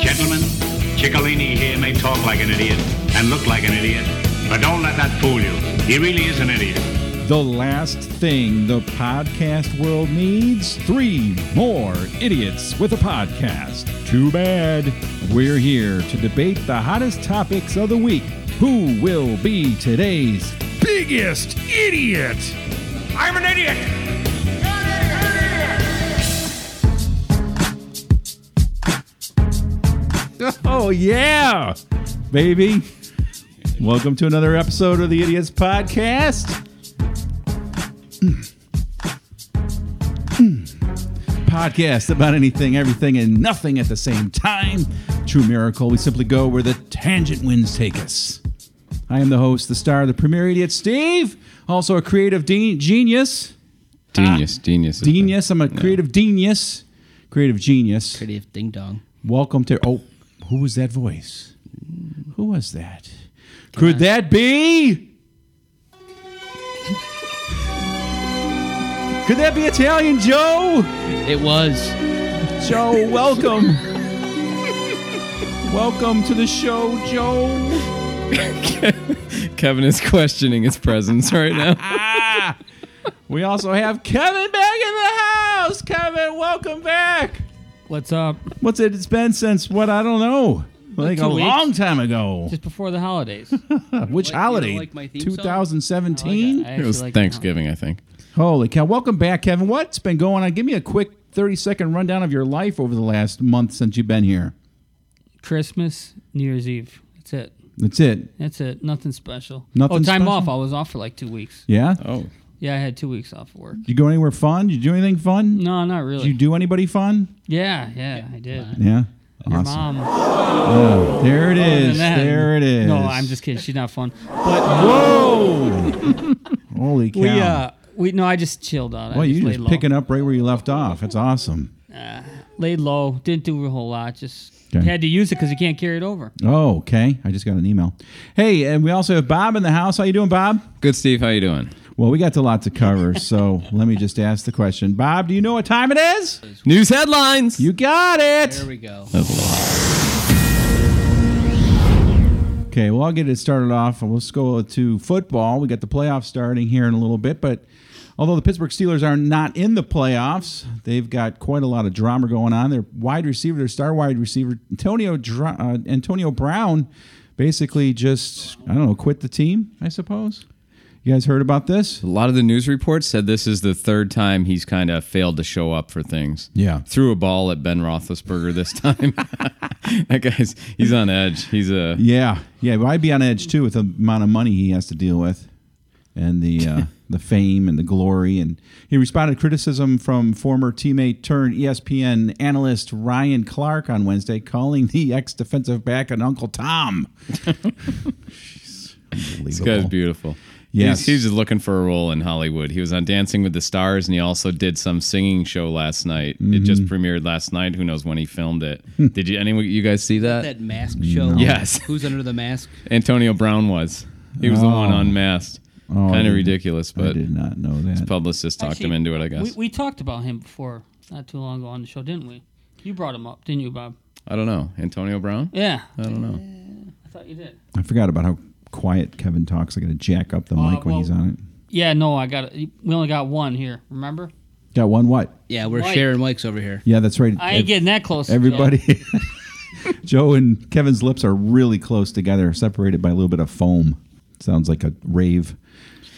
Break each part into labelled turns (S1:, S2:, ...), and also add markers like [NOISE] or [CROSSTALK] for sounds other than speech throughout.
S1: gentlemen, Ciccolini here may talk like an idiot and look like an idiot, but don't let that fool you. He really is an idiot.
S2: The last thing the podcast world needs three more idiots with a podcast. Too bad. We're here to debate the hottest topics of the week. Who will be today's biggest idiot?
S3: I'm an idiot!
S2: Oh, yeah, baby. Welcome to another episode of the Idiots Podcast. Mm. Mm. Podcast about anything, everything, and nothing at the same time. True miracle. We simply go where the tangent winds take us. I am the host, the star, the premier idiot, Steve. Also a creative de- genius.
S4: Genius, Ah, genius, is the-
S2: Genius. I'm a creative genius. Creative genius.
S5: Creative ding dong.
S2: Welcome to. Oh, who was that voice? Who was that? Could that be? Could that be Italian Joe?
S5: It was.
S2: Joe, welcome. welcome to the show, Joe.
S4: Kevin is questioning his presence right [LAUGHS] now.
S2: We also have Kevin back in the house. Kevin, welcome back.
S6: What's up?
S2: What's it? It's been since what? I don't know. Like
S6: two
S2: a
S6: weeks.
S2: long time ago.
S6: Just before
S2: [LAUGHS]
S6: the holidays. I
S2: Which
S5: you don't
S2: holiday?
S5: like my theme song?
S2: 2017.
S4: It
S6: actually
S4: was
S6: like
S4: Thanksgiving, I think.
S2: Holy cow. Welcome back, Kevin. What's been going on? Give me a quick 30 second rundown of your life over the last month since you've been here.
S6: Christmas, New Year's Eve. That's it.
S2: That's it.
S6: That's it. Nothing special.
S2: Nothing
S6: oh, time
S2: special?
S6: off. I was off for like two weeks.
S2: Yeah?
S4: Oh,
S6: Yeah, I had two weeks off of work.
S2: Did you go anywhere fun? Did you do anything fun?
S6: No, not
S2: Did
S6: really.
S2: you do anybody fun?
S6: yeah, yeah, I did.
S2: Yeah.
S6: Your
S2: Awesome.
S6: mom.
S2: There it
S6: other than
S2: is.
S6: that-
S2: There it is.
S6: No, I'm just kidding. She's not fun.
S2: Whoa! [LAUGHS] Holy cow.
S6: We uh, we no, I just chilled out.
S2: well,
S6: I just
S2: you're
S6: laid
S2: just
S6: low.
S2: picking up right where you left off. That's awesome.
S6: Laid low. Didn't do a whole lot. Just
S2: Okay.
S6: had to use it because you can't carry it over.
S2: Oh, okay. I just got an email. Hey, and we also have Bob in the house. How you doing, Bob?
S4: good, Steve. How you doing?
S2: Well, we got a lot to cover,
S6: [LAUGHS]
S2: so let me just ask the question. Bob, do you know what time it is?
S4: News headlines.
S2: You got
S5: There
S2: it.
S5: we go.
S2: Okay, well, I'll get it started off. and Let's go to football. We got the playoffs starting here in a little bit, but although the Pittsburgh Steelers are not in the playoffs, they've got quite a lot of drama going on. Their wide receiver, their star wide receiver, Antonio Dr- uh, Antonio Brown, basically just I don't know, quit the team. I suppose. You guys heard about this?
S4: a lot of the news reports said this is the third time he's kind of failed to show up for things.
S2: Yeah.
S4: Threw a ball at Ben Roethlisberger this [LAUGHS] time. that guy's he's on edge. He's a
S2: Yeah, yeah. But I'd be on edge too with the amount of money he has to deal with, and the
S4: [LAUGHS]
S2: uh, the fame and the glory. And he responded to criticism from former teammate turned E ESPN analyst Ryan Clark on Wednesday, calling the ex defensive back an Uncle
S4: [LAUGHS]
S2: Tom. Jeez,
S4: this guy's
S2: unbelievable.
S4: beautiful.
S2: Yes.
S4: He's, he's just looking for a role in Hollywood. He was on Dancing with the Stars, and he also did some singing show last night. It just premiered last night. Who knows when he filmed it? did you anyone you guys see
S5: That mask show.
S4: Yes.
S5: Who's under the mask?
S4: Antonio Brown was. He was the one unmasked.
S2: Oh. I
S4: kind
S2: didn't-
S4: of ridiculous,
S2: I
S4: but
S2: did not know that.
S4: publicist talked him
S6: Actually,
S4: into it, I guess.
S6: We, we talked about him before, not too long ago on the show, didn't we? You brought him up, didn't you, Bob?
S4: I don't know. Antonio Brown?
S6: Yeah,
S2: Uh,
S4: I don't know.
S6: I thought you did.
S2: I forgot about how quiet Kevin talks. I got to jack up the
S6: Uh,
S2: mic when
S6: well-
S2: he's on it.
S6: Yeah, no, I got. it. We only got one here. Remember?
S2: Got one what?
S5: Yeah, we're
S6: Mike.
S5: sharing mics over here.
S2: Yeah, that's right.
S6: I ain't getting that close. to Joe.
S2: Everybody, [LAUGHS] Joe and Kevin's lips are really close together, separated by a little bit of foam. Sounds like a rave.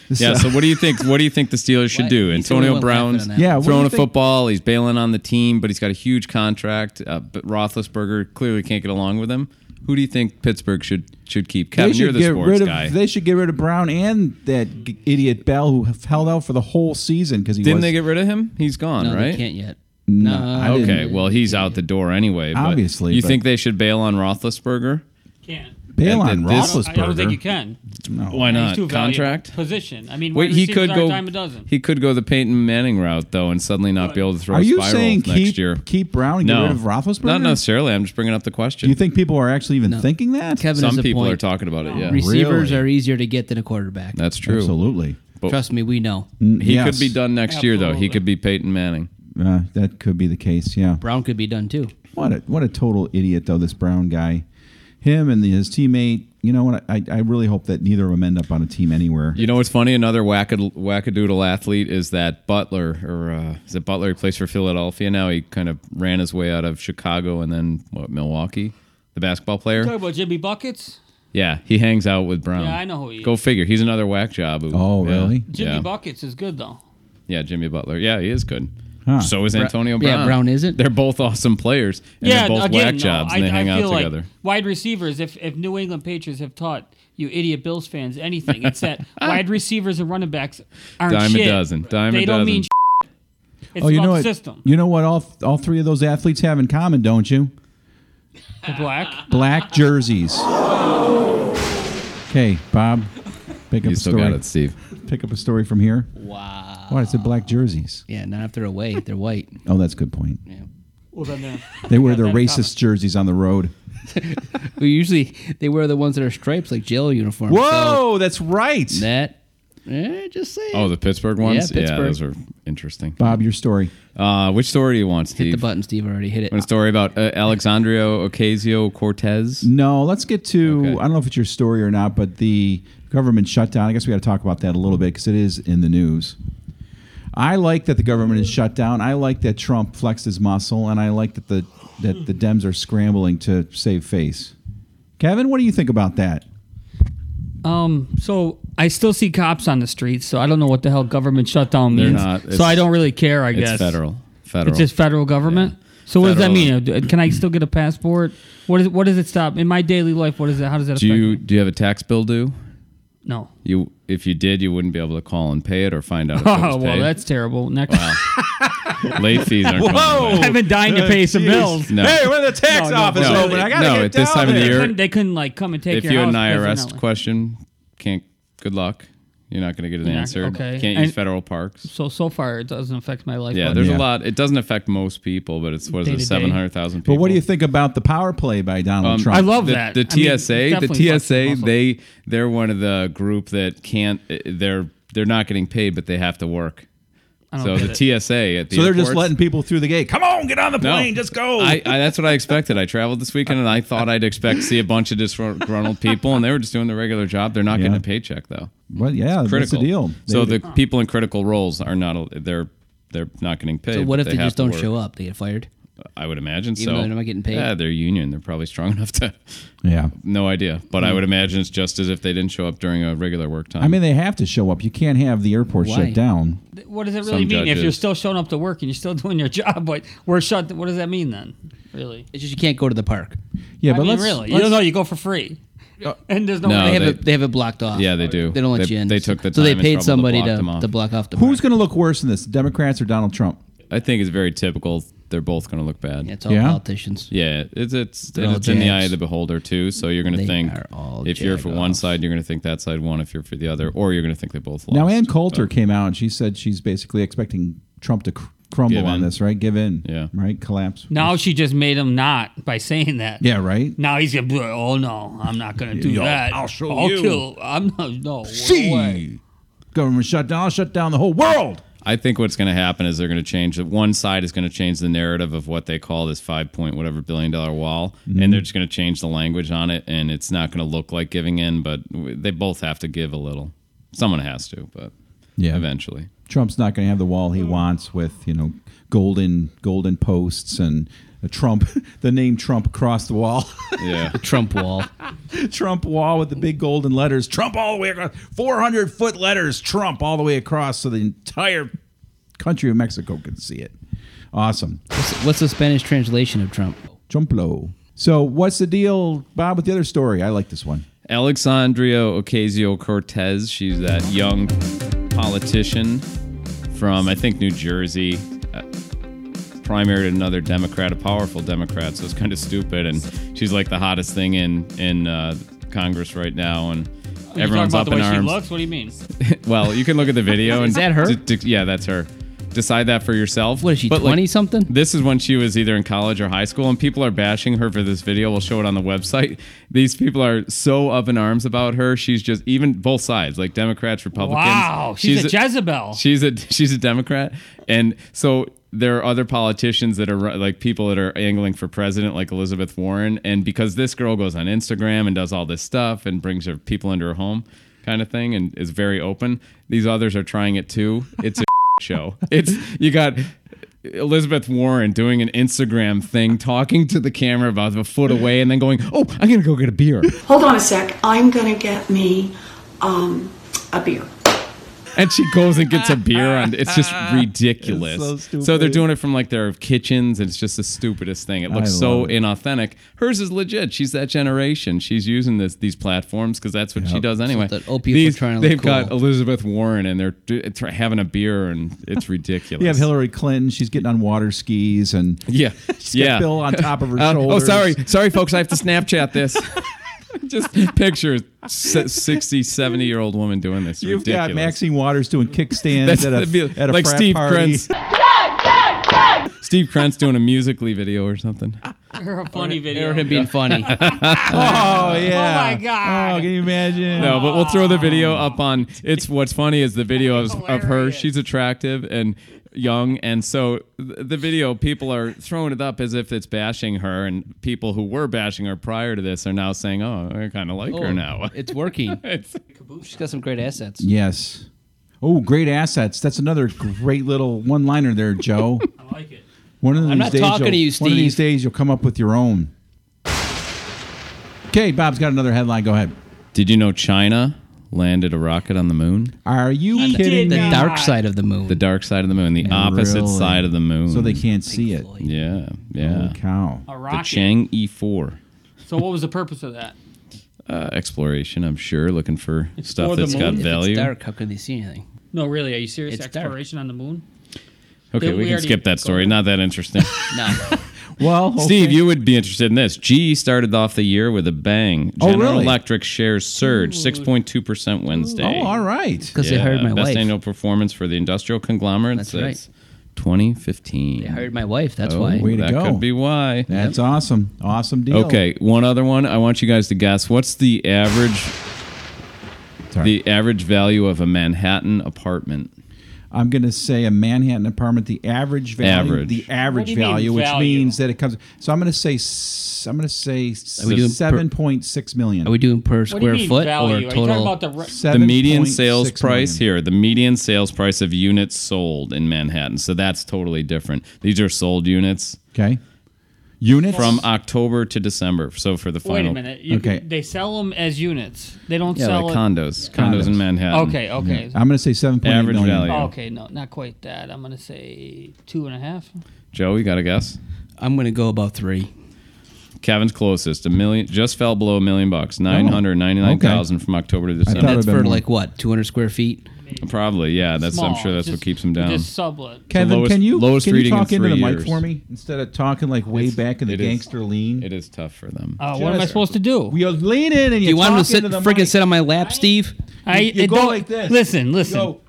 S4: Yeah, so what do you think what do you think the Steelers should
S5: What?
S4: do?
S5: He's the only
S4: Antonio
S5: one
S4: Brown's
S5: laughing on that.
S2: Yeah, what do you
S4: throwing a
S2: think?
S4: football, he's bailing on the team, but he's got a huge contract. Uh, but Roethlisberger clearly can't get along with him. Who do you think Pittsburgh should should keep? Kevin, you're the
S2: get
S4: sports
S2: rid of
S4: guy.
S2: they should get rid of Brown and that g- idiot Bell who held out for the whole season because he
S4: Didn't
S2: was,
S4: they get rid of him? He's gone,
S5: No,
S4: right?
S5: they can't yet. No.
S2: I didn't-
S4: okay, well he's out the door anyway. but
S2: Obviously,
S4: you
S2: but-
S4: think they should bail on Roethlisberger?
S6: can't.
S2: bail
S4: at-
S2: on
S4: at this-
S6: I don't think you
S2: Roethlisberger.
S6: can.
S4: Why
S6: He's
S4: not?
S6: too
S4: Uh,
S6: valuable.
S4: Contract.
S6: position. I mean,
S4: Wait, he could go.
S6: Time a dozen.
S4: He could go the Peyton Manning route though, and suddenly not be able to throw.
S2: Are
S4: a
S2: you
S4: spiral
S2: saying
S4: next
S2: keep
S4: year?
S2: keep Brown and get
S4: no,
S2: rid of Roethlisberger?
S4: Not necessarily. I'm just bringing up the question.
S2: Do you think people are actually even thinking that?
S5: Kevin has
S4: Some
S5: a
S4: people
S5: point.
S4: are talking about it. Yeah,
S5: Receivers
S2: Really?
S5: are easier to get than a quarterback.
S4: that's true.
S2: Absolutely.
S5: Trust me, we know.
S4: He
S2: Yes.
S4: could be done next year though. He
S6: Absolutely.
S4: could be Peyton Manning.
S2: Uh, that could be the case. Yeah.
S5: Brown could be done too.
S2: What a what a total idiot though this Brown guy, him and his teammate. You know what? I, I really hope that neither of them end up on a team anywhere.
S4: You know what's funny? Another wackad- wackadoodle athlete is that Butler, or uh, is it Butler? He plays for Philadelphia now. He kind of ran his way out of Chicago and then what? Milwaukee. The basketball
S6: Talk
S4: player.
S6: about Jimmy Buckets.
S4: Yeah, he hangs out with Brown.
S6: Yeah, I know who he is.
S4: Go figure. He's another whack job. who-
S2: Oh,
S4: yeah.
S2: really?
S6: Jimmy
S4: yeah.
S6: Buckets is good though.
S4: yeah, Jimmy Butler. Yeah, he is good.
S2: Huh.
S4: So is Antonio Brown.
S5: yeah, Brown isn't.
S4: They're both awesome players. And
S6: yeah,
S4: they're both
S6: again,
S4: whack
S6: no,
S4: jobs
S6: I,
S4: and they hang
S6: I
S4: out
S6: feel
S4: together.
S6: Like wide receivers, if if New England Patriots have taught you idiot Bills fans anything,
S4: [LAUGHS]
S6: it's that wide receivers and running backs aren't
S4: Ah. Dime a
S6: shit.
S4: dozen. Dime a
S6: they don't
S4: dozen.
S6: mean. Shit. It's
S2: oh, you
S6: about
S2: know
S6: the
S2: what?
S6: system.
S2: You know what? All all three of those athletes have in common, don't you?
S6: The black.
S2: Black
S6: [LAUGHS]
S2: jerseys. Okay, Bob, pick up
S4: you
S2: a
S4: still
S2: story.
S4: got it, Steve.
S2: Pick up a story from here.
S5: Wow.
S2: Why? It's a black jerseys.
S5: Yeah, not if they're away. They're white. [LAUGHS]
S2: Oh, that's a good point.
S6: Well, then they're-
S2: They wear their
S6: that in common.
S2: racist jerseys on the road.
S5: We usually they wear the ones that are stripes like jail uniforms. so
S2: Whoa, that's right.
S5: that. Eh, just saying.
S4: Oh, the Pittsburgh ones?
S5: Pittsburgh.
S4: those are interesting.
S2: Bob, your story.
S4: Uh, which story do you want, Steve?
S5: hit the button, Steve already hit it.
S4: Want a story about uh, Alexandria Ocasio Cortez?
S2: No, let's get to.
S4: Okay.
S2: I don't know if it's your story or not, but the government shutdown. I guess we got to talk about that a little bit because it is in the news. I like that the government is shut down. I like that Trump flexed his muscle, and I like that the that the Dems are scrambling to save face. Kevin, what do you think about that?
S6: Um, so I still see cops on the streets, so I don't know what the hell government shutdown means.
S4: not. It's-
S6: so I don't really care. I
S4: It's
S6: guess
S4: federal. Federal.
S6: It's just federal government. So what does
S4: Federal.
S6: that mean? Uh, Can I still get a passport? What is what does it stop in my daily life? What is it? How does that
S4: do
S6: affect?
S4: you
S6: me?
S4: do you have a tax bill due?
S6: No.
S4: You if you did, you wouldn't be able to call and pay it or find out. If it
S6: Oh
S4: was
S6: [LAUGHS] well,
S4: paid.
S6: that's terrible. Next,
S4: late fees aren't. Whoa!
S6: [LAUGHS] I've been dying to pay some bills. Oh,
S4: No. Hey,
S2: when the tax
S6: No, no, office
S4: no. open? I gotta No, get at this down time of the there. year-
S6: Couldn't- they couldn't like come and take
S4: If
S6: your
S4: you had an
S6: house because
S4: IRS
S6: they're not-
S4: question, can't. Good luck. You're not going to get an
S6: You're not-
S4: answer.
S6: okay.
S4: Can't
S6: And-
S4: use federal parks.
S6: So so far, it doesn't affect my life.
S4: Yeah,
S6: but
S4: there's
S2: Yeah.
S4: a lot. It doesn't affect most people, but it's what is
S6: Day
S4: it,
S6: to day.
S4: seven hundred thousand people?
S2: But what do you think about the power play by Donald
S4: Um,
S2: Trump?
S6: I love
S4: the,
S6: that.
S4: The
S6: I mean,
S4: TSA, the
S6: definitely flex your
S4: TSA,
S6: muscle.
S4: they they're one of the group that can't. eh, They're they're not getting paid, but they have to work.
S6: don't
S4: So
S6: get
S4: the
S6: it.
S4: TSA at the
S2: so they're just
S4: airports-
S2: letting people through the gate. Come on, get on the
S4: No.
S2: plane, just go.
S4: I, I, that's what I expected. I traveled this weekend, and I thought I'd expect to see a bunch of disgruntled people, and they were just doing their regular job. They're not
S2: Yeah.
S4: getting a paycheck though.
S2: well, yeah, that's the
S4: Critical
S2: deal.
S4: So
S2: They-
S4: the people in critical roles are not. They're they're not getting paid.
S5: So what
S4: but
S5: if they,
S4: have
S5: just
S4: to
S5: don't
S4: work.
S5: show up? They get fired.
S4: I would imagine
S5: Even
S4: so.
S5: though they're not getting paid?
S4: Yeah, they're union. They're probably strong [LAUGHS] enough to
S2: yeah.
S4: No idea, but I would imagine it's just as if they didn't show up during a regular work time.
S2: Hmm. I mean, they have to show up. You can't have the airport
S5: Why?
S2: shut down.
S6: What does it
S4: Some
S6: really mean if you're
S4: judges-
S6: still showing up to work and you're still [LAUGHS] doing your job? But we're shut. What does that mean then? Really?
S5: It's just you can't go to the park.
S2: Yeah,
S6: I
S2: but
S6: mean,
S2: let's,
S6: really?
S2: let's-
S6: You know, you go for free, [LAUGHS] and there's no.
S4: No,
S5: They have
S4: Oh, they-
S5: it. They have it blocked off.
S4: yeah, they do.
S5: They don't let
S4: They-
S5: you in.
S4: they took the
S5: so they
S4: time and
S5: paid
S4: trouble to
S5: somebody
S4: block
S5: to,
S4: them off.
S5: to block off the.
S2: who's
S5: park.
S2: going to look worse in this, Democrats or Donald Trump?
S4: I think it's very typical. They're both going to look bad.
S5: Yeah, it's all
S2: Yeah?
S5: politicians.
S4: Yeah, it's it's,
S5: They're all
S4: it's in the eye
S5: jabs.
S4: of the beholder too. So you're going to
S5: They
S4: think
S5: are all
S4: if you're for one
S5: jag-offs.
S4: side, you're going to think that side won. If you're for the other, or you're going to think they both lost. Oh.
S2: Now, Ann Coulter came out and she said she's basically expecting Trump to cr- crumble
S4: Give
S2: on
S4: in.
S2: this, right? Give in.
S4: Yeah.
S2: Right? Collapse.
S6: Now she just made him not by saying that.
S2: Yeah, right?
S6: Now he's gonna be like, oh no, I'm not gonna do
S2: Yo,
S6: that.
S2: I'll show
S6: I'll
S2: you."
S6: kill. I'm not. No way.
S2: See, government shutdown. I'll shut down the whole world.
S4: I think what's going to happen is they're going to change. One side is going to change the narrative of what they call this five point whatever billion dollar wall, and they're just going to change the language on it, and it's not going to look like giving in. But w- they both have to give a little. Someone has to, but
S2: Yeah.
S4: eventually.
S2: Trump's not going to have the wall he wants with, you know, golden golden posts and a Trump, [LAUGHS] the name Trump across the wall. [LAUGHS]
S4: Yeah.
S5: Trump wall.
S2: Trump wall with the big golden letters. Trump all the way across. 400 foot letters. Trump all the way across so the entire country of Mexico can see it. Awesome.
S5: What's- What's the Spanish translation of Trump?
S2: Trumplo. So, what's the deal, Bob, with the other story? I like this one.
S4: Alexandria Ocasio Cortez. She's that young politician from, I think, New Jersey. Uh, Primaried another Democrat, a powerful Democrat, so it's kind of stupid. And she's like the hottest thing in in uh, Congress right now, and
S6: You're talking
S4: everyone's
S6: about
S4: up
S6: the
S4: in
S6: way she
S4: arms.
S6: looks. What do you mean?
S4: [LAUGHS] well, you can look at the
S6: [LAUGHS]
S4: video. And
S5: Is that her?
S4: d- d- yeah, that's her. Decide that for yourself.
S5: What is she?
S4: But, like,
S5: Twenty something?
S4: this is when she was either in college or high school, and people are bashing her for this video. We'll show it on the website. These people are so up in arms about her. She's just even both sides, like Democrats, Republicans.
S6: Wow, she's a Jezebel.
S4: She's a she's a Democrat, and so there are other politicians that are ru- like people that are angling for president, like Elizabeth Warren, and because this girl goes on Instagram and does all this stuff and brings her people into her home, kind of thing, and is very open. These others are trying it too. It's a [LAUGHS] show. It's you got. Elizabeth Warren doing an Instagram thing, talking to the camera about a foot away, and then going, "Oh, I'm gonna go get a beer,"
S3: Hold on a sec. I'm gonna get me um, a beer.
S4: and she goes and gets a beer. On it's
S5: [LAUGHS]
S4: just ridiculous.
S2: It's so
S4: they're
S2: stupid.
S4: doing it from like their kitchens, and it's just the stupidest thing. It looks
S2: love
S4: so
S2: it.
S4: inauthentic. Hers is legit. She's that generation. She's using this these platforms because that's what she does anyway.
S5: that old people
S4: These-
S5: trying to look
S4: they've got
S5: cool.
S4: Elizabeth Warren, and they're do- it's having a beer, and it's ridiculous.
S2: You have Hillary Clinton. She's getting on water skis and
S4: [LAUGHS]
S2: [LAUGHS]
S4: Yeah,
S2: she's got
S4: yeah.
S2: Bill on top of her
S4: Uh,
S2: shoulders.
S4: oh, sorry.
S2: [LAUGHS]
S4: Sorry, folks. I have to Snapchat this. Just picture a se- 60, 70 year old woman doing this.
S2: You've
S4: Ridiculous.
S2: got Maxine Waters doing kickstands
S4: That's
S2: at
S4: that'd be
S2: a, at a
S4: like
S2: frat
S4: Steve
S2: party.
S4: Krentz. Steve Krentz doing a musically video or something.
S6: Or a funny video.
S5: Or him being [LAUGHS] funny.
S2: Oh yeah.
S6: my God.
S2: Oh, can you imagine?
S4: No, but we'll throw the video
S2: Ah.
S4: up on. It's what's funny is the video of, of her.
S6: Hilarious.
S4: She's attractive and young, and so th- the video people are throwing it up as if it's bashing her, and people who were bashing her prior to this are now saying, "Oh, I kind of like her now."
S5: It's working.
S4: [LAUGHS] It's-
S5: She's got some great assets.
S2: Yes. Oh, great assets. That's another great little one-liner there, Joe.
S6: I like it.
S2: One of these
S5: not
S2: days,
S5: talking
S2: you'll-
S5: to you,
S2: One of these
S5: Steve.
S2: days, you'll come up with your own. Okay, Bob's got another headline. Go ahead.
S4: Did you know China landed a rocket on the moon?
S2: Are you kidding
S5: The
S2: me?
S6: not.
S5: dark side of the moon.
S4: The dark side of the moon, the opposite
S2: Really?
S4: side of the moon.
S2: So they can't Oh, see it.
S4: Yeah, yeah.
S2: Holy cow.
S6: A
S4: The
S6: rocket.
S4: Chang'e 4.
S6: So what was the purpose of that?
S4: Uh, exploration, I'm sure, looking for stuff
S6: for the
S4: that's got
S6: moon. If
S5: If
S4: value.
S5: It's dark. How can they see anything?
S6: No, really. Are you serious?
S5: It's dark.
S6: Exploration on the moon?
S4: Okay,
S6: Didn't
S4: we
S6: we
S4: can
S6: already
S4: skip that
S6: go
S4: story.
S6: there?
S4: Not that interesting.
S5: No.
S2: Well, okay.
S4: Steve, you would be interested in this. GE started off the year with a bang.
S2: Oh,
S4: General
S2: really?
S4: Electric shares surge 6.2% Wednesday.
S2: Oh, all right.
S5: Because they hired my
S4: best
S5: wife.
S4: annual performance for the industrial conglomerate
S5: That's
S4: since 2015.
S5: They hired my wife. That's
S4: Oh,
S5: why.
S2: Way to
S4: that
S2: go.
S4: could be why.
S2: That's awesome. Awesome deal.
S4: Okay, one other one. I want you guys to guess what's the average
S2: Sorry.
S4: the average value of a Manhattan apartment.
S2: I'm going to say a Manhattan apartment, the average value.
S4: Average.
S2: The average
S6: What do you mean
S2: value, which
S6: value?
S2: means that it comes. So I'm going to say. s- I'm going to say
S5: we doing per-
S2: 7.6 million.
S5: Are we doing per
S6: What do you
S5: square
S6: mean
S5: foot
S6: value?
S5: or
S6: Are you talking
S5: total?
S6: about the re-
S4: The median sales
S2: 7.6
S4: price
S2: million.
S4: here, the median sales price of units sold in Manhattan. So that's totally different. These are sold units
S2: Okay. Units
S4: from October to December. So for the
S6: Wait
S4: final
S6: a minute. You,
S2: Okay.
S6: They sell them as units. They don't
S4: Yeah,
S6: sell
S4: like
S6: it.
S4: condos, condos.
S2: Condos.
S4: in Manhattan.
S6: Okay. Okay.
S2: I'm going to say 7.8
S4: Average
S2: million.
S4: value.
S6: Oh, okay. No, not quite that. I'm gonna say two and a half.
S4: Joe, you got a guess?
S5: I'm going to go about three.
S4: Kevin's closest, a million just fell below a million bucks, 999,000 from October to
S2: Oh. thought it
S4: December.
S5: That's
S2: been
S5: for
S2: more.
S5: like what, 200 square feet?
S4: Probably, yeah, that's I'm
S6: Small.
S4: sure that's what
S6: Just-
S4: keeps them down.
S6: Just sublet.
S2: Kevin,
S4: lowest-
S2: can you
S4: lowest
S2: can you
S4: reading in
S2: talk into the
S4: three
S2: mic
S4: years.
S2: for me instead of talking like way back in the
S4: it is-
S2: gangster lean?
S4: it is tough for them.
S6: Uh, what am I
S2: Just-
S6: supposed to do?
S2: You're leaning and
S5: Do
S2: you
S5: you want him to
S2: talk
S5: sit,
S2: into the
S5: freaking
S2: mic.
S5: sit on my lap, Steve?
S6: I
S2: You- you
S6: it
S2: go
S6: don't-
S2: like this.
S6: Listen, listen.
S2: Go.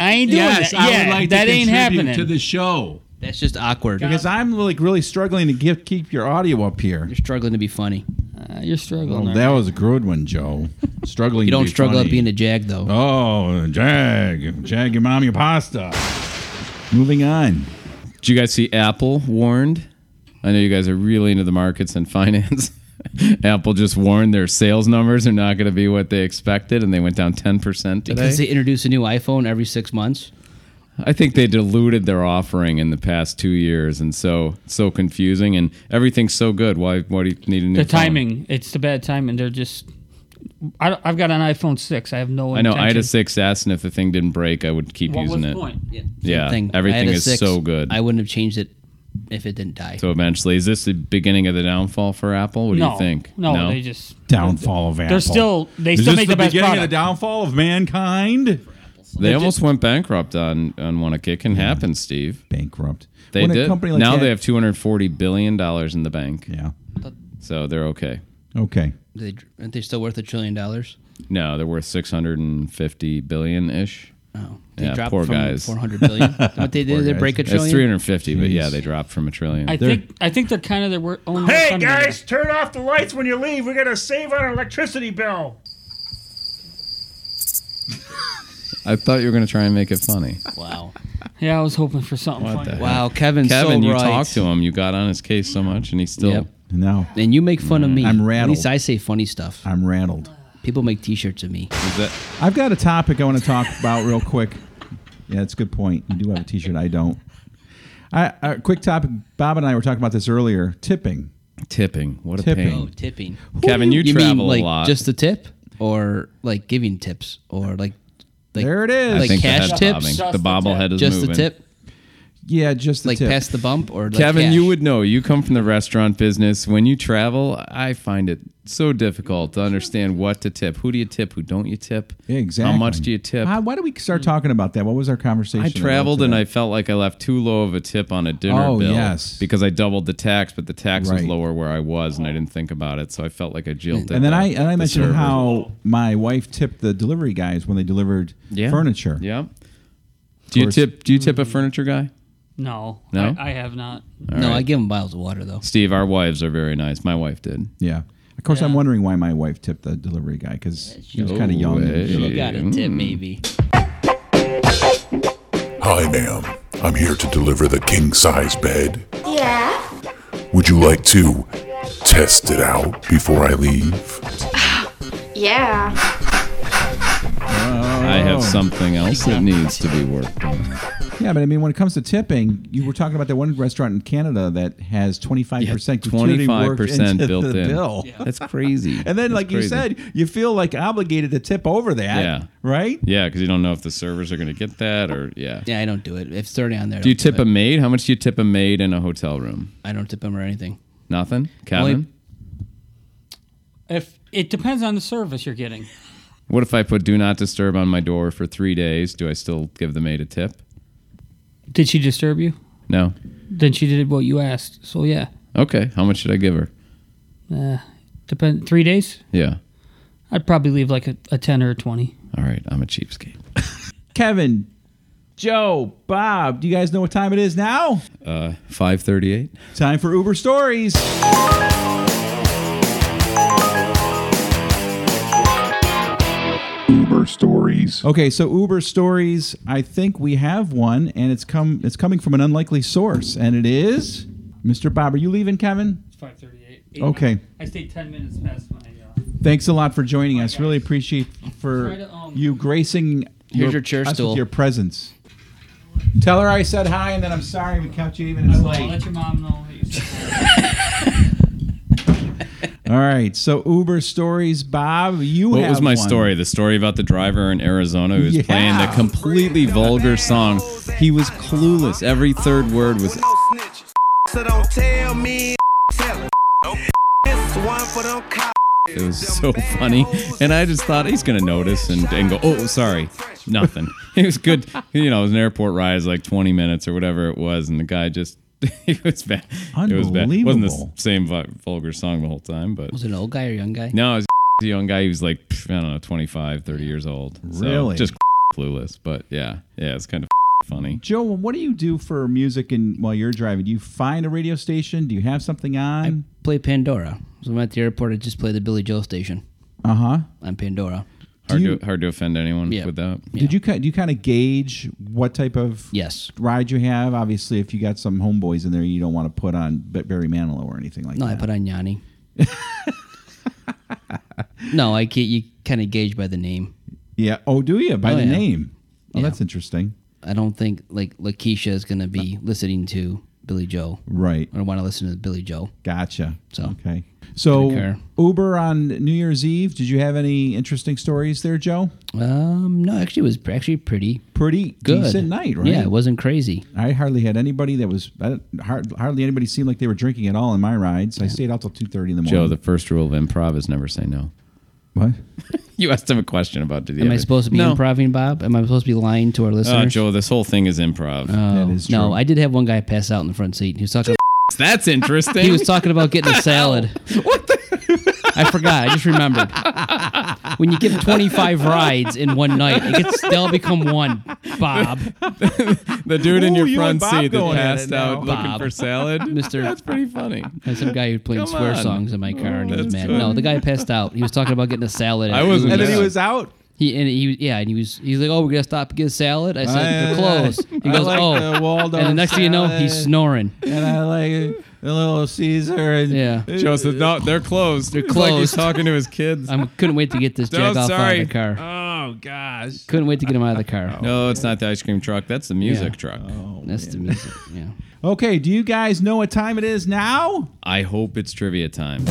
S6: I ain't doing
S7: Yes,
S6: that.
S7: I
S6: yeah,
S7: would like
S6: that
S7: to
S6: ain't
S7: contribute
S6: happening.
S7: to the show.
S5: That's just awkward.
S2: Because I'm like really struggling to get, keep your audio up here.
S5: You're struggling to be funny.
S6: Uh, you're struggling.
S2: Well,
S6: there.
S2: that was a good one, Joe. Struggling.
S5: You
S2: to
S5: don't
S2: be
S5: struggle
S2: funny.
S5: at being a jag, though.
S2: Oh, jag, jag your mom your pasta. Moving on.
S4: Did you guys see Apple warned? I know you guys are really into the markets and [LAUGHS] finance. Apple just warned their sales numbers are not going to be what they expected, and they went down 10% today.
S5: Because they introduce a new iPhone every six months.
S4: I think they diluted their offering in the past two years, and so it's so confusing, and everything's so good. Why, why do you need a new
S6: the
S4: phone?
S6: timing. It's the bad timing. They're just. I, don't- I've got an iPhone six. I have no.
S4: I know I had
S6: intention.
S4: a 6S, and if the thing didn't break, I would keep
S6: What was
S4: using
S6: the
S4: it.
S6: point?
S4: Yeah,
S5: Thing. I
S4: everything
S5: had a
S4: is
S5: six.
S4: so good.
S5: I wouldn't have changed it if it didn't die.
S4: so eventually, is this the beginning of the downfall for Apple? What do
S6: no,
S4: you think?
S6: No, they just.
S2: Downfall of Apple.
S6: They're still. They
S2: Is
S6: still
S2: this
S6: make
S2: the,
S6: the, best
S2: beginning
S6: product.
S2: of the downfall of mankind?
S4: They almost went bankrupt on on one. It can happen, Steve.
S2: Bankrupt.
S4: They
S2: When a
S4: did.
S2: company like
S4: now
S2: that-
S4: they have two hundred forty billion dollars in the bank,
S2: Yeah.
S4: so they're okay.
S2: Okay.
S5: They, aren't they still worth a trillion dollars?
S4: No, they're worth six hundred and fifty billion ish.
S5: Oh,
S4: Yeah, poor guys.
S5: Four
S4: [LAUGHS]
S5: hundred billion. what they did? They
S2: guys.
S5: break a
S4: It's
S5: trillion.
S4: three hundred fifty, but yeah, they dropped from a trillion.
S6: I
S2: They're-
S6: think. I think they're kind of their wor- own. worst enemy.
S8: turn off the lights when you leave. We're going to save on our electricity bill.
S4: I thought you were going to try and make it
S5: [LAUGHS]
S4: funny.
S5: Wow.
S6: Yeah, I was hoping for something funny.
S4: the
S5: Wow, Kevin's
S4: Kevin,
S5: so
S4: you
S5: right.
S4: talked to him. You got on his case so much, and he still. Mm.
S5: Yep.
S2: No,
S5: And you make fun of me.
S2: I'm
S5: At
S2: rattled.
S5: least I say funny stuff.
S2: I'm rattled.
S5: People make T-shirts of me.
S4: Is that,
S2: I've got a topic I want to talk about real quick. Yeah, that's a good point. You do have a T-shirt. I don't. I, a quick topic. Bob and I were talking about this earlier. Tipping.
S4: tipping. What a
S2: Tipping.
S5: Oh,
S4: pain.
S5: tipping.
S4: Kevin, you,
S5: you
S4: travel
S5: mean like
S4: a lot.
S5: just the tip, or like giving tips, or like like
S2: There it is.
S4: I
S5: like
S4: think the
S5: cash
S4: head's
S5: tips?
S4: bobbing.
S6: Just
S4: The
S6: the
S4: bobblehead is
S5: just
S4: moving.
S5: the tip,
S2: Yeah, just the
S5: like
S2: tip.
S5: past the bump, or like
S4: Kevin,
S5: cash?
S4: you would know. You come from the restaurant business. When you travel, I find it so difficult to understand what to tip. Who do you tip? Who don't you tip?
S2: Yeah, exactly.
S4: How much do you tip?
S2: Why, why did we start talking about that? What was our conversation?
S4: I
S2: about
S4: traveled and
S2: today?
S4: I felt like I left too low of a tip on a dinner
S2: Oh,
S4: bill
S2: yes.
S4: because I doubled the tax, but the tax was
S2: Right.
S4: lower where I was and I didn't think about it, so I felt like I jilted.
S2: And then
S4: the-
S2: I and I
S4: the
S2: mentioned
S4: server.
S2: how my wife tipped the delivery guys when they delivered
S4: Yeah.
S2: furniture.
S4: Yeah. Do you
S2: course.
S4: tip? Do you tip a furniture guy?
S6: No,
S4: No?
S6: I, I have not.
S5: No, I give them bottles of water though.
S4: Steve, our wives are very nice. My wife did.
S2: Yeah. Of course, I'm
S6: Yeah.
S2: wondering why my wife tipped the delivery guy because he was kind of young.
S4: hey.
S5: You got a
S4: Mm.
S5: tip, maybe.
S7: Hi, ma'am. I'm here to deliver the king size bed.
S9: Yeah?
S7: Would you like to test it out before I leave?
S9: [SIGHS] Yeah.
S4: I
S2: Oh.
S4: have something else that needs to be worked on. [LAUGHS]
S2: Yeah, but I mean, when it comes to tipping, you were talking about that one restaurant in Canada that has 25 percent gratuity worked
S4: 25%
S2: into
S4: built
S2: the
S4: in.
S2: bill. [LAUGHS]
S4: That's crazy.
S2: And then,
S4: That's
S2: like you
S4: crazy.
S2: said, you feel like obligated to tip over that,
S4: Yeah.
S2: right?
S4: Yeah, because you don't know if the servers are going to get that or yeah.
S5: Yeah, I don't do it. If it's thirty on there, I
S4: Do you
S5: don't
S4: tip
S5: do
S4: a
S5: it.
S4: maid? How much do you tip a maid in a hotel room?
S5: I don't tip them or anything.
S4: Nothing. Kevin,
S5: Only-
S6: If it depends on the service you're getting.
S4: what if I put "Do Not Disturb" on my door for three days? Do I still give the maid a tip?
S6: Did she disturb you?
S4: No.
S6: Then she did what you asked. So yeah,
S4: Okay. How much should I give her?
S6: uh, depend. Three days?
S4: Yeah.
S6: I'd probably leave like a, a ten or a twenty.
S4: All right. I'm a cheapskate.
S2: Kevin, Joe, Bob, do you guys know what time it is now?
S4: Uh, five thirty-eight.
S2: Time for Uber Stories.
S7: Uber stories.
S2: Okay, so Uber Stories, I think we have one, and it's come it's coming from an unlikely source, and it is Mr. Bob. Are you leaving, Kevin?
S6: It's five thirty-eight.
S2: Okay.
S6: I stayed ten minutes past my. uh,
S2: Thanks a lot for joining us. Really appreciate
S6: Try
S2: for
S6: to, um,
S2: you gracing
S5: Here's your chair
S2: us with
S5: stool.
S2: your presence. Tell her I said hi, and then I'm sorry we kept you even. It's late.
S6: your mom know. That you said
S2: All right, so Uber Stories, Bob, you
S4: What
S2: have
S4: was my
S2: one.
S4: story? The story about the driver in Arizona who was
S2: Yeah.
S4: playing the completely vulgar song. He was clueless. Every third word was
S10: So don't tell me tell it. It's one for them cops.
S4: It was so funny. And I just thought he's going to notice and, and go, oh, sorry, nothing. [LAUGHS] It was good. You know, it was an airport ride, it was like 20 minutes or whatever it was. And the guy just, [LAUGHS] it was bad. It was bad. It wasn't the
S2: Unbelievable.
S4: same vul- vulgar song the whole time, but
S5: Was it an old guy or young guy?
S4: no, it was [LAUGHS] a young guy. He was like, [LAUGHS] pff, I don't know, 25, 30 years old. So
S2: Really?
S4: Just [LAUGHS] clueless. But yeah, yeah, it's kind of [LAUGHS] funny.
S2: Joe, what do you do for music and while you're driving? Do you find a radio station? Do you have something on?
S5: Play Pandora. So I'm at the airport. I just play the Billy Joel station
S2: Uh huh.
S5: on Pandora.
S4: Hard,
S2: you-
S4: to, hard to offend anyone
S5: Yeah.
S4: with that.
S2: Did you ki- do you kind of gauge what type of
S5: Yes.
S2: ride you have? Obviously, if you got some homeboys in there, you don't want to put on B- Barry Manilow or anything like
S5: No, I
S2: that.
S5: put on
S4: [LAUGHS]
S5: Yanni. no, I get you kind of gauge by the name.
S2: yeah. Oh, do you by
S5: Oh,
S2: the
S5: yeah.
S2: name? Oh,
S5: Yeah.
S2: that's interesting.
S5: I don't think like Lakeisha is gonna be listening to Billy Joel
S2: Right.
S5: or want to listen to Billy Joel.
S2: Gotcha.
S5: So,
S2: okay. So
S5: care.
S2: Uber on New Year's Eve. Did you have any interesting stories there, Joe?
S5: Um, no, actually, it was actually pretty
S2: Pretty
S5: good.
S2: decent night, right?
S5: Yeah, it wasn't crazy.
S2: I hardly had anybody that was I don't- hard, hardly anybody seemed like they were drinking at all in my rides. I stayed out till two thirty in the morning.
S4: Joe, the first rule of improv is never say no.
S2: what?
S5: [LAUGHS]
S4: You asked him a question about did he
S5: Am
S4: have
S5: I
S4: it?
S5: supposed to be
S4: No.
S5: improving, Bob? Am I supposed to be lying to our
S4: Oh,
S5: listeners?
S4: Joe, this whole thing is improv.
S2: Uh, That is
S5: no,
S2: true.
S5: I did have one guy pass out in the front seat. He was talking.
S4: [LAUGHS] That's interesting.
S5: he was talking about
S2: [LAUGHS]
S5: getting a salad. what? The? [LAUGHS] I forgot. I just remembered. When you give twenty five rides in one night, it gets, they all become one. Bob,
S4: the dude in
S2: Ooh,
S4: your
S2: you
S4: front
S2: and Bob
S4: seat that
S2: going at it
S4: passed
S2: now.
S4: out looking
S5: Bob.
S4: for salad.
S5: Mr.
S4: That's pretty [LAUGHS] funny.
S5: and some guy who played
S4: Come
S5: swear
S4: on.
S5: songs in my car, and he was
S4: That's
S5: mad. No,
S4: good.
S5: the guy passed out. He was talking about getting a salad.
S4: I wasn't
S2: and then he
S4: Yeah.
S2: was out.
S5: He and he yeah, and he was he's like, oh, we're gonna stop and get a salad. I said,
S2: I-
S5: we're closed. He
S2: I
S5: goes,
S2: like
S5: oh,
S2: the Waldorf
S5: and the next thing you know, he's
S2: salad.
S5: snoring.
S2: and I like the little Caesar. And
S5: Yeah.
S4: Joseph, no, they're closed. They're Like he's
S5: closed.
S4: talking to his
S5: [LAUGHS]
S4: kids.
S5: I couldn't wait to get this
S4: no,
S5: jack off
S4: sorry.
S5: out of the car.
S4: Oh gosh.
S5: Couldn't wait to get him out of the car.
S4: No, it's not the ice cream truck. That's the music
S5: Yeah.
S4: truck.
S5: That's the music. Yeah.
S2: Okay, do you guys know what time it is now?
S4: I hope it's trivia time.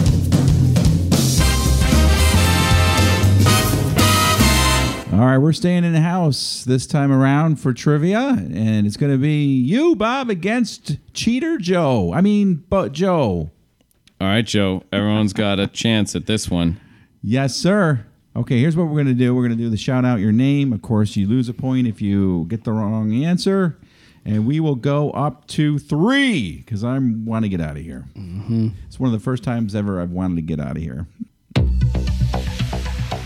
S2: All right, we're staying in the house this time around for trivia, and it's going to be you, Bob, against Cheater Joe. I mean, but Joe.
S4: All right, Joe. Everyone's got a chance at this one.
S2: Yes, sir. Okay, here's what we're going to do. We're going to do the shout out your name. Of course, you lose a point if you get the wrong answer. And we will go up to three because I want to get out of here. It's one of the first times ever I've wanted to get out of here.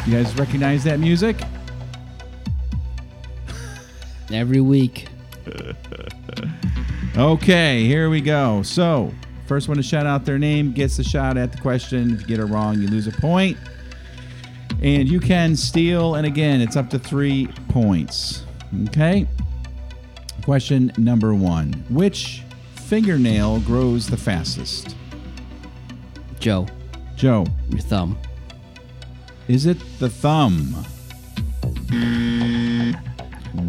S2: You guys recognize that music?
S5: Every week.
S2: Okay, here we go. So, first one to shout out their name gets the shot at the question. If you get it wrong, you lose a point. And you can steal, and again, it's up to three points. Okay. Question number one Which fingernail grows the fastest?
S5: Joe,
S2: Joe,
S5: your thumb.
S2: is it the thumb?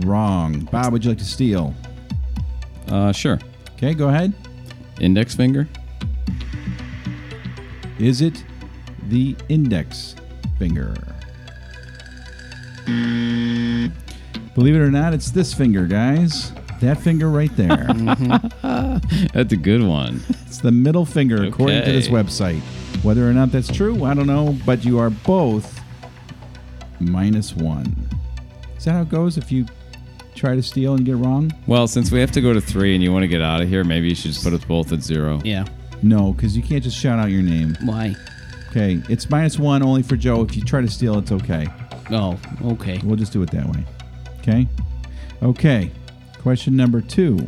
S2: Wrong. Bob, would you like to steal?
S4: Uh, sure.
S2: Okay, go ahead.
S4: Index finger.
S2: Is it the index finger? Believe it or not, it's this finger, guys. That finger right there.
S4: That's a good one.
S2: it's the middle finger, according to this
S4: Okay.
S2: website. Whether or not that's true, I don't know, but you are both minus one. Is that how it goes if you try to steal and get it wrong?
S4: Well, since we have to go to three and you want to get out of here, maybe you should just put us both at zero.
S5: Yeah.
S2: No, because you can't just shout out your name.
S5: Why?
S2: Okay, it's minus one only for Joe. If you try to steal, it's okay.
S5: Oh, okay.
S2: We'll just do it that way. Okay? Okay. Question number two.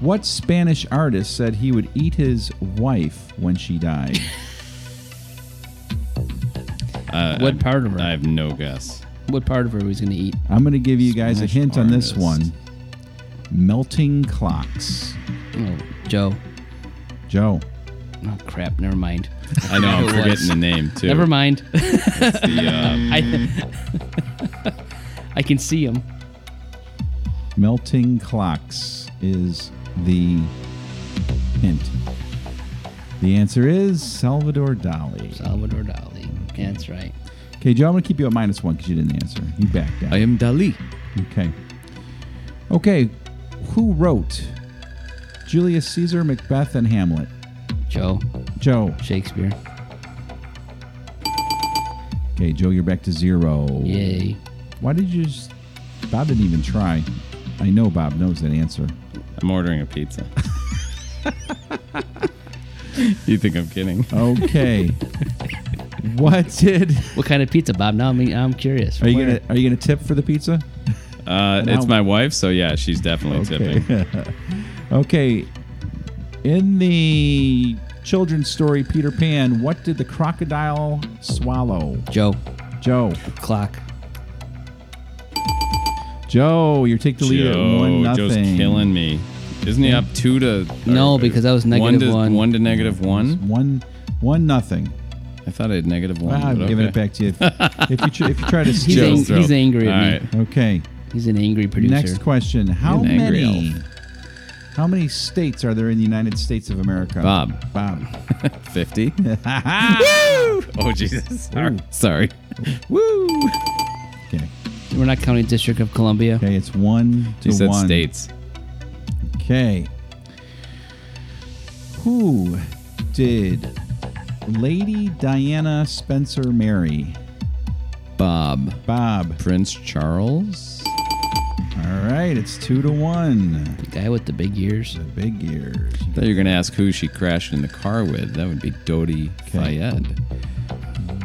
S2: What Spanish artist said he would eat his wife when she died?
S4: Uh,
S5: What part of her?
S4: I have no guess.
S5: What part of her was gonna eat?
S2: I'm going to give you guys a
S4: Spanish
S2: hint on this
S4: artist.
S2: one. Melting clocks.
S5: Oh, Joe.
S2: Joe.
S5: Oh crap. Never mind.
S4: I know I'm
S5: It was.
S4: forgetting the name too.
S5: Never mind.
S4: [LAUGHS] The, uh,
S5: I um, [LAUGHS] I can see him.
S2: Melting clocks is the hint. The answer is Salvador Dali.
S5: Salvador Dali. That's right.
S2: Okay, Joe, I'm going to keep you at minus one because you didn't answer. You backed out.
S4: I am Dali.
S2: Okay. Okay. Who wrote Julius Caesar, Macbeth, and Hamlet?
S5: Joe
S2: Joe.
S5: Shakespeare.
S2: Okay, Joe, you're back to zero.
S5: Yay.
S2: Why did you just. Bob didn't even try. I know Bob knows that answer.
S4: I'm ordering a pizza. you think I'm kidding?
S2: Okay. what did.
S5: What kind of pizza, Bob? Now I'm I'm curious.
S2: Are you gonna Are you gonna tip for the pizza?
S4: Uh, it's my wife, so yeah, she's definitely tipping.
S2: [LAUGHS] okay. In the children's story Peter Pan, what did the crocodile swallow?
S5: Joe
S2: Joe.
S5: Clock.
S2: Joe, you take the lead at one
S4: Joe,
S2: nothing.
S4: oh, Joe's killing me. Isn't he up two to?
S5: No,
S4: or-
S5: because that was negative
S4: to,
S5: one.
S4: One to negative one.
S2: One, one nothing.
S4: I thought I had negative one.
S2: Well, I'm
S4: but
S2: giving it
S4: okay.
S2: back to you if, if you tr- if you
S4: [LAUGHS]
S2: try to
S5: He's,
S2: steal.
S5: ang-
S4: Joe's throat.
S5: he's angry
S4: All
S5: at me.
S4: right.
S2: Okay.
S5: He's an angry producer.
S2: Next question: How
S4: An angry
S2: many? How many states are there in the United States of America?
S4: Bob. [LAUGHS]
S2: Bob. [LAUGHS]
S4: 50. Oh, Jesus. [LAUGHS] Sorry. Sorry.
S2: Woo. Okay.
S5: We're not counting District of Columbia.
S2: Okay. It's one to
S4: She said
S2: one.
S4: states.
S2: Okay. Who did Lady Diana Spencer marry?
S4: Bob.
S2: Bob.
S4: Prince Charles?
S2: All right. It's two to one.
S5: The guy with the big ears.
S2: The big ears.
S4: I thought you were going to ask who she crashed in the car with. That would be Dodie
S2: Okay.
S4: Fayed.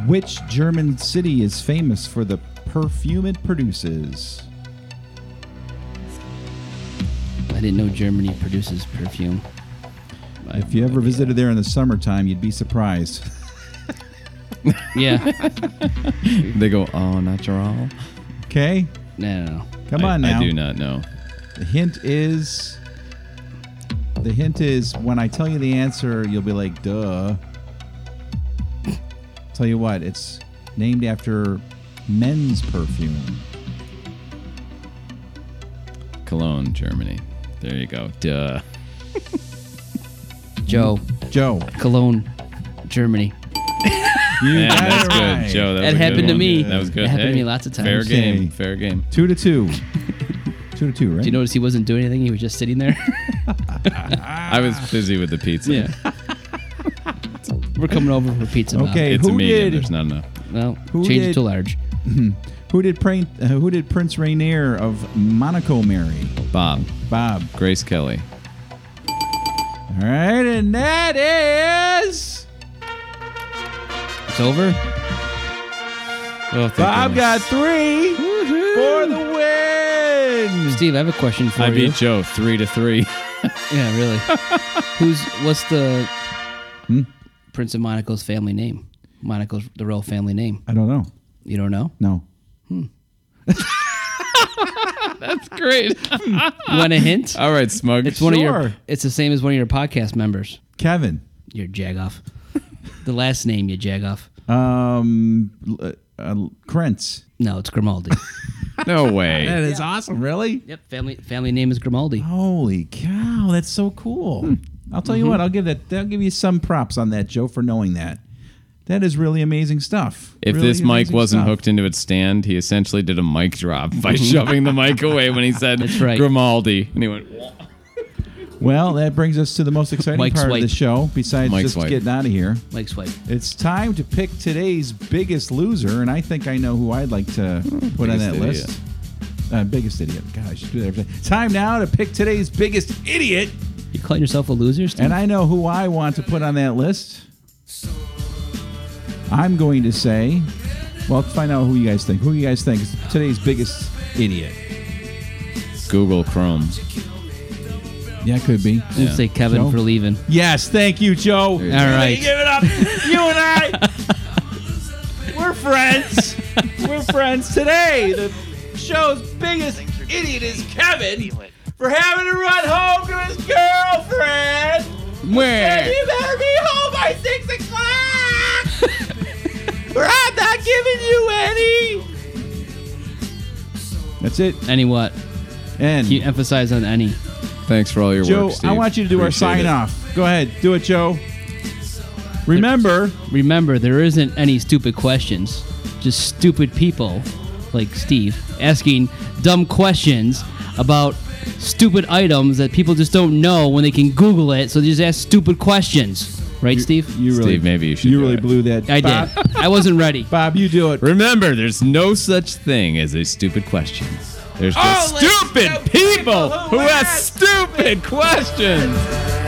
S2: Which German city is famous for the perfume it produces?
S5: I didn't know Germany produces perfume.
S2: If you ever visited there in the summertime, you'd be surprised.
S4: [LAUGHS]
S5: Yeah.
S4: They go, oh, natural.
S2: [LAUGHS] Okay,
S5: No, no, no.
S2: come on
S4: I,
S2: now.
S4: I do not know.
S2: The hint is. The hint is when I tell you the answer, you'll be like, duh. Tell you what, it's named after men's perfume.
S4: Cologne, Germany. There you go. Duh.
S5: Joe,
S2: Joe,
S5: Cologne, Germany.
S2: you
S4: Man,
S2: got
S4: that's
S2: it
S4: good,
S2: right.
S4: Joe. That, was
S5: That
S4: a good
S5: happened to
S4: one.
S5: me.
S4: That was good.
S5: It happened to
S4: Hey,
S5: me lots of times.
S4: Fair
S2: Okay.
S4: game. Fair game.
S2: Two to two. two to two, right?
S5: Do you notice he wasn't doing anything? He was just sitting there.
S4: I was busy with the pizza.
S5: We're coming over for pizza. Bob.
S2: Okay.
S4: Um, It's
S2: who
S4: a medium.
S2: did-
S4: There's not enough.
S5: Well,
S2: Who
S5: change
S2: did-
S5: it to large.
S2: who did Prin- uh, Who did Prince Rainier of Monaco marry?
S4: Bob,
S2: Bob.
S4: Grace Kelly.
S2: All right, and that is
S5: It's over.
S4: Oh, thank
S2: Bob got
S4: goodness.
S2: three for the win.
S5: Steve, I have a question for
S4: I
S5: you.
S4: beat Joe three to three. [LAUGHS]
S5: Yeah,
S2: [LAUGHS]
S5: really. Who's what's the
S4: Hmm?
S5: Prince of Monaco's family name? Monaco's the real family name.
S2: I don't know.
S5: You
S2: [LAUGHS]
S5: don't know?
S2: No.
S4: Great.
S5: [LAUGHS] You want a hint?
S4: All right, Smug.
S5: It's one of
S2: sure.
S5: your. It's the same as one of your podcast members.
S2: Kevin.
S4: [LAUGHS]
S5: Your jagoff. the last name you jagoff.
S2: Um, uh, uh, Krentz.
S5: No,
S4: [LAUGHS]
S5: it's Grimaldi.
S4: No
S2: [LAUGHS]
S4: way.
S2: is awesome. Really?
S5: yep, family family name is Grimaldi.
S4: Oh.
S2: Holy cow! That's so cool.
S4: Hmm.
S2: I'll tell you
S4: Mm-hmm.
S2: what. I'll give that. I'll give you some props on that, Joe, for knowing that. That is really amazing stuff.
S4: If
S2: Really
S4: this mic
S2: amazing
S4: wasn't
S2: stuff.
S4: hooked into its stand, he essentially did a mic drop by [LAUGHS] shoving the mic away
S5: [LAUGHS]
S4: when he said
S5: That's right.
S4: Grimaldi. And he went,
S2: Well, that brings us to the most exciting
S5: Mike
S2: part
S5: Swipe.
S2: of the show, besides
S4: Mike
S2: just
S4: Swipe.
S2: getting out of here.
S5: Mike Swipe.
S2: It's time to pick today's biggest loser, and I think I know who I'd like to put on
S4: biggest
S2: that
S4: idiot.
S2: list. Uh, biggest idiot. God, I should do that every time. Time now to pick today's biggest idiot,
S5: You calling yourself a loser, Steve?
S2: and I know who I want to put on that list. I'm going to say, well, let's find out who you guys think. Who you guys think is today's biggest idiot?
S4: Google Chrome.
S2: Yeah, it could be.
S5: I'm gonna say Kevin
S2: Joe?
S5: for leaving.
S2: Yes, thank you, Joe.
S5: All right.
S2: Give it up. You and I, we're friends. We're friends today. The show's biggest idiot is Kevin for having to run home to his girlfriend.
S4: Where?
S2: You better be home by six o'clock, [LAUGHS] or I'm not giving you any. That's it.
S5: Any what?
S2: And
S5: You emphasize on any.
S4: Thanks for all your
S2: Joe,
S4: work, Steve.
S2: I want you to do
S4: Appreciate
S2: our sign
S4: it.
S2: off. Go ahead, do it, Joe. Remember.
S5: Remember, there isn't any stupid questions, just stupid people like Steve asking dumb questions about stupid items that people just don't know when they can Google it. So they just ask stupid questions, right, Steve?
S2: You really,
S4: Steve, maybe you should
S2: You
S4: do
S2: really
S4: it.
S2: blew that.
S5: I
S2: [LAUGHS] Bob,
S5: did. I wasn't ready.
S2: Bob, you do it.
S4: Remember, there's no such thing as a stupid question. There's just stupid people who ask stupid questions.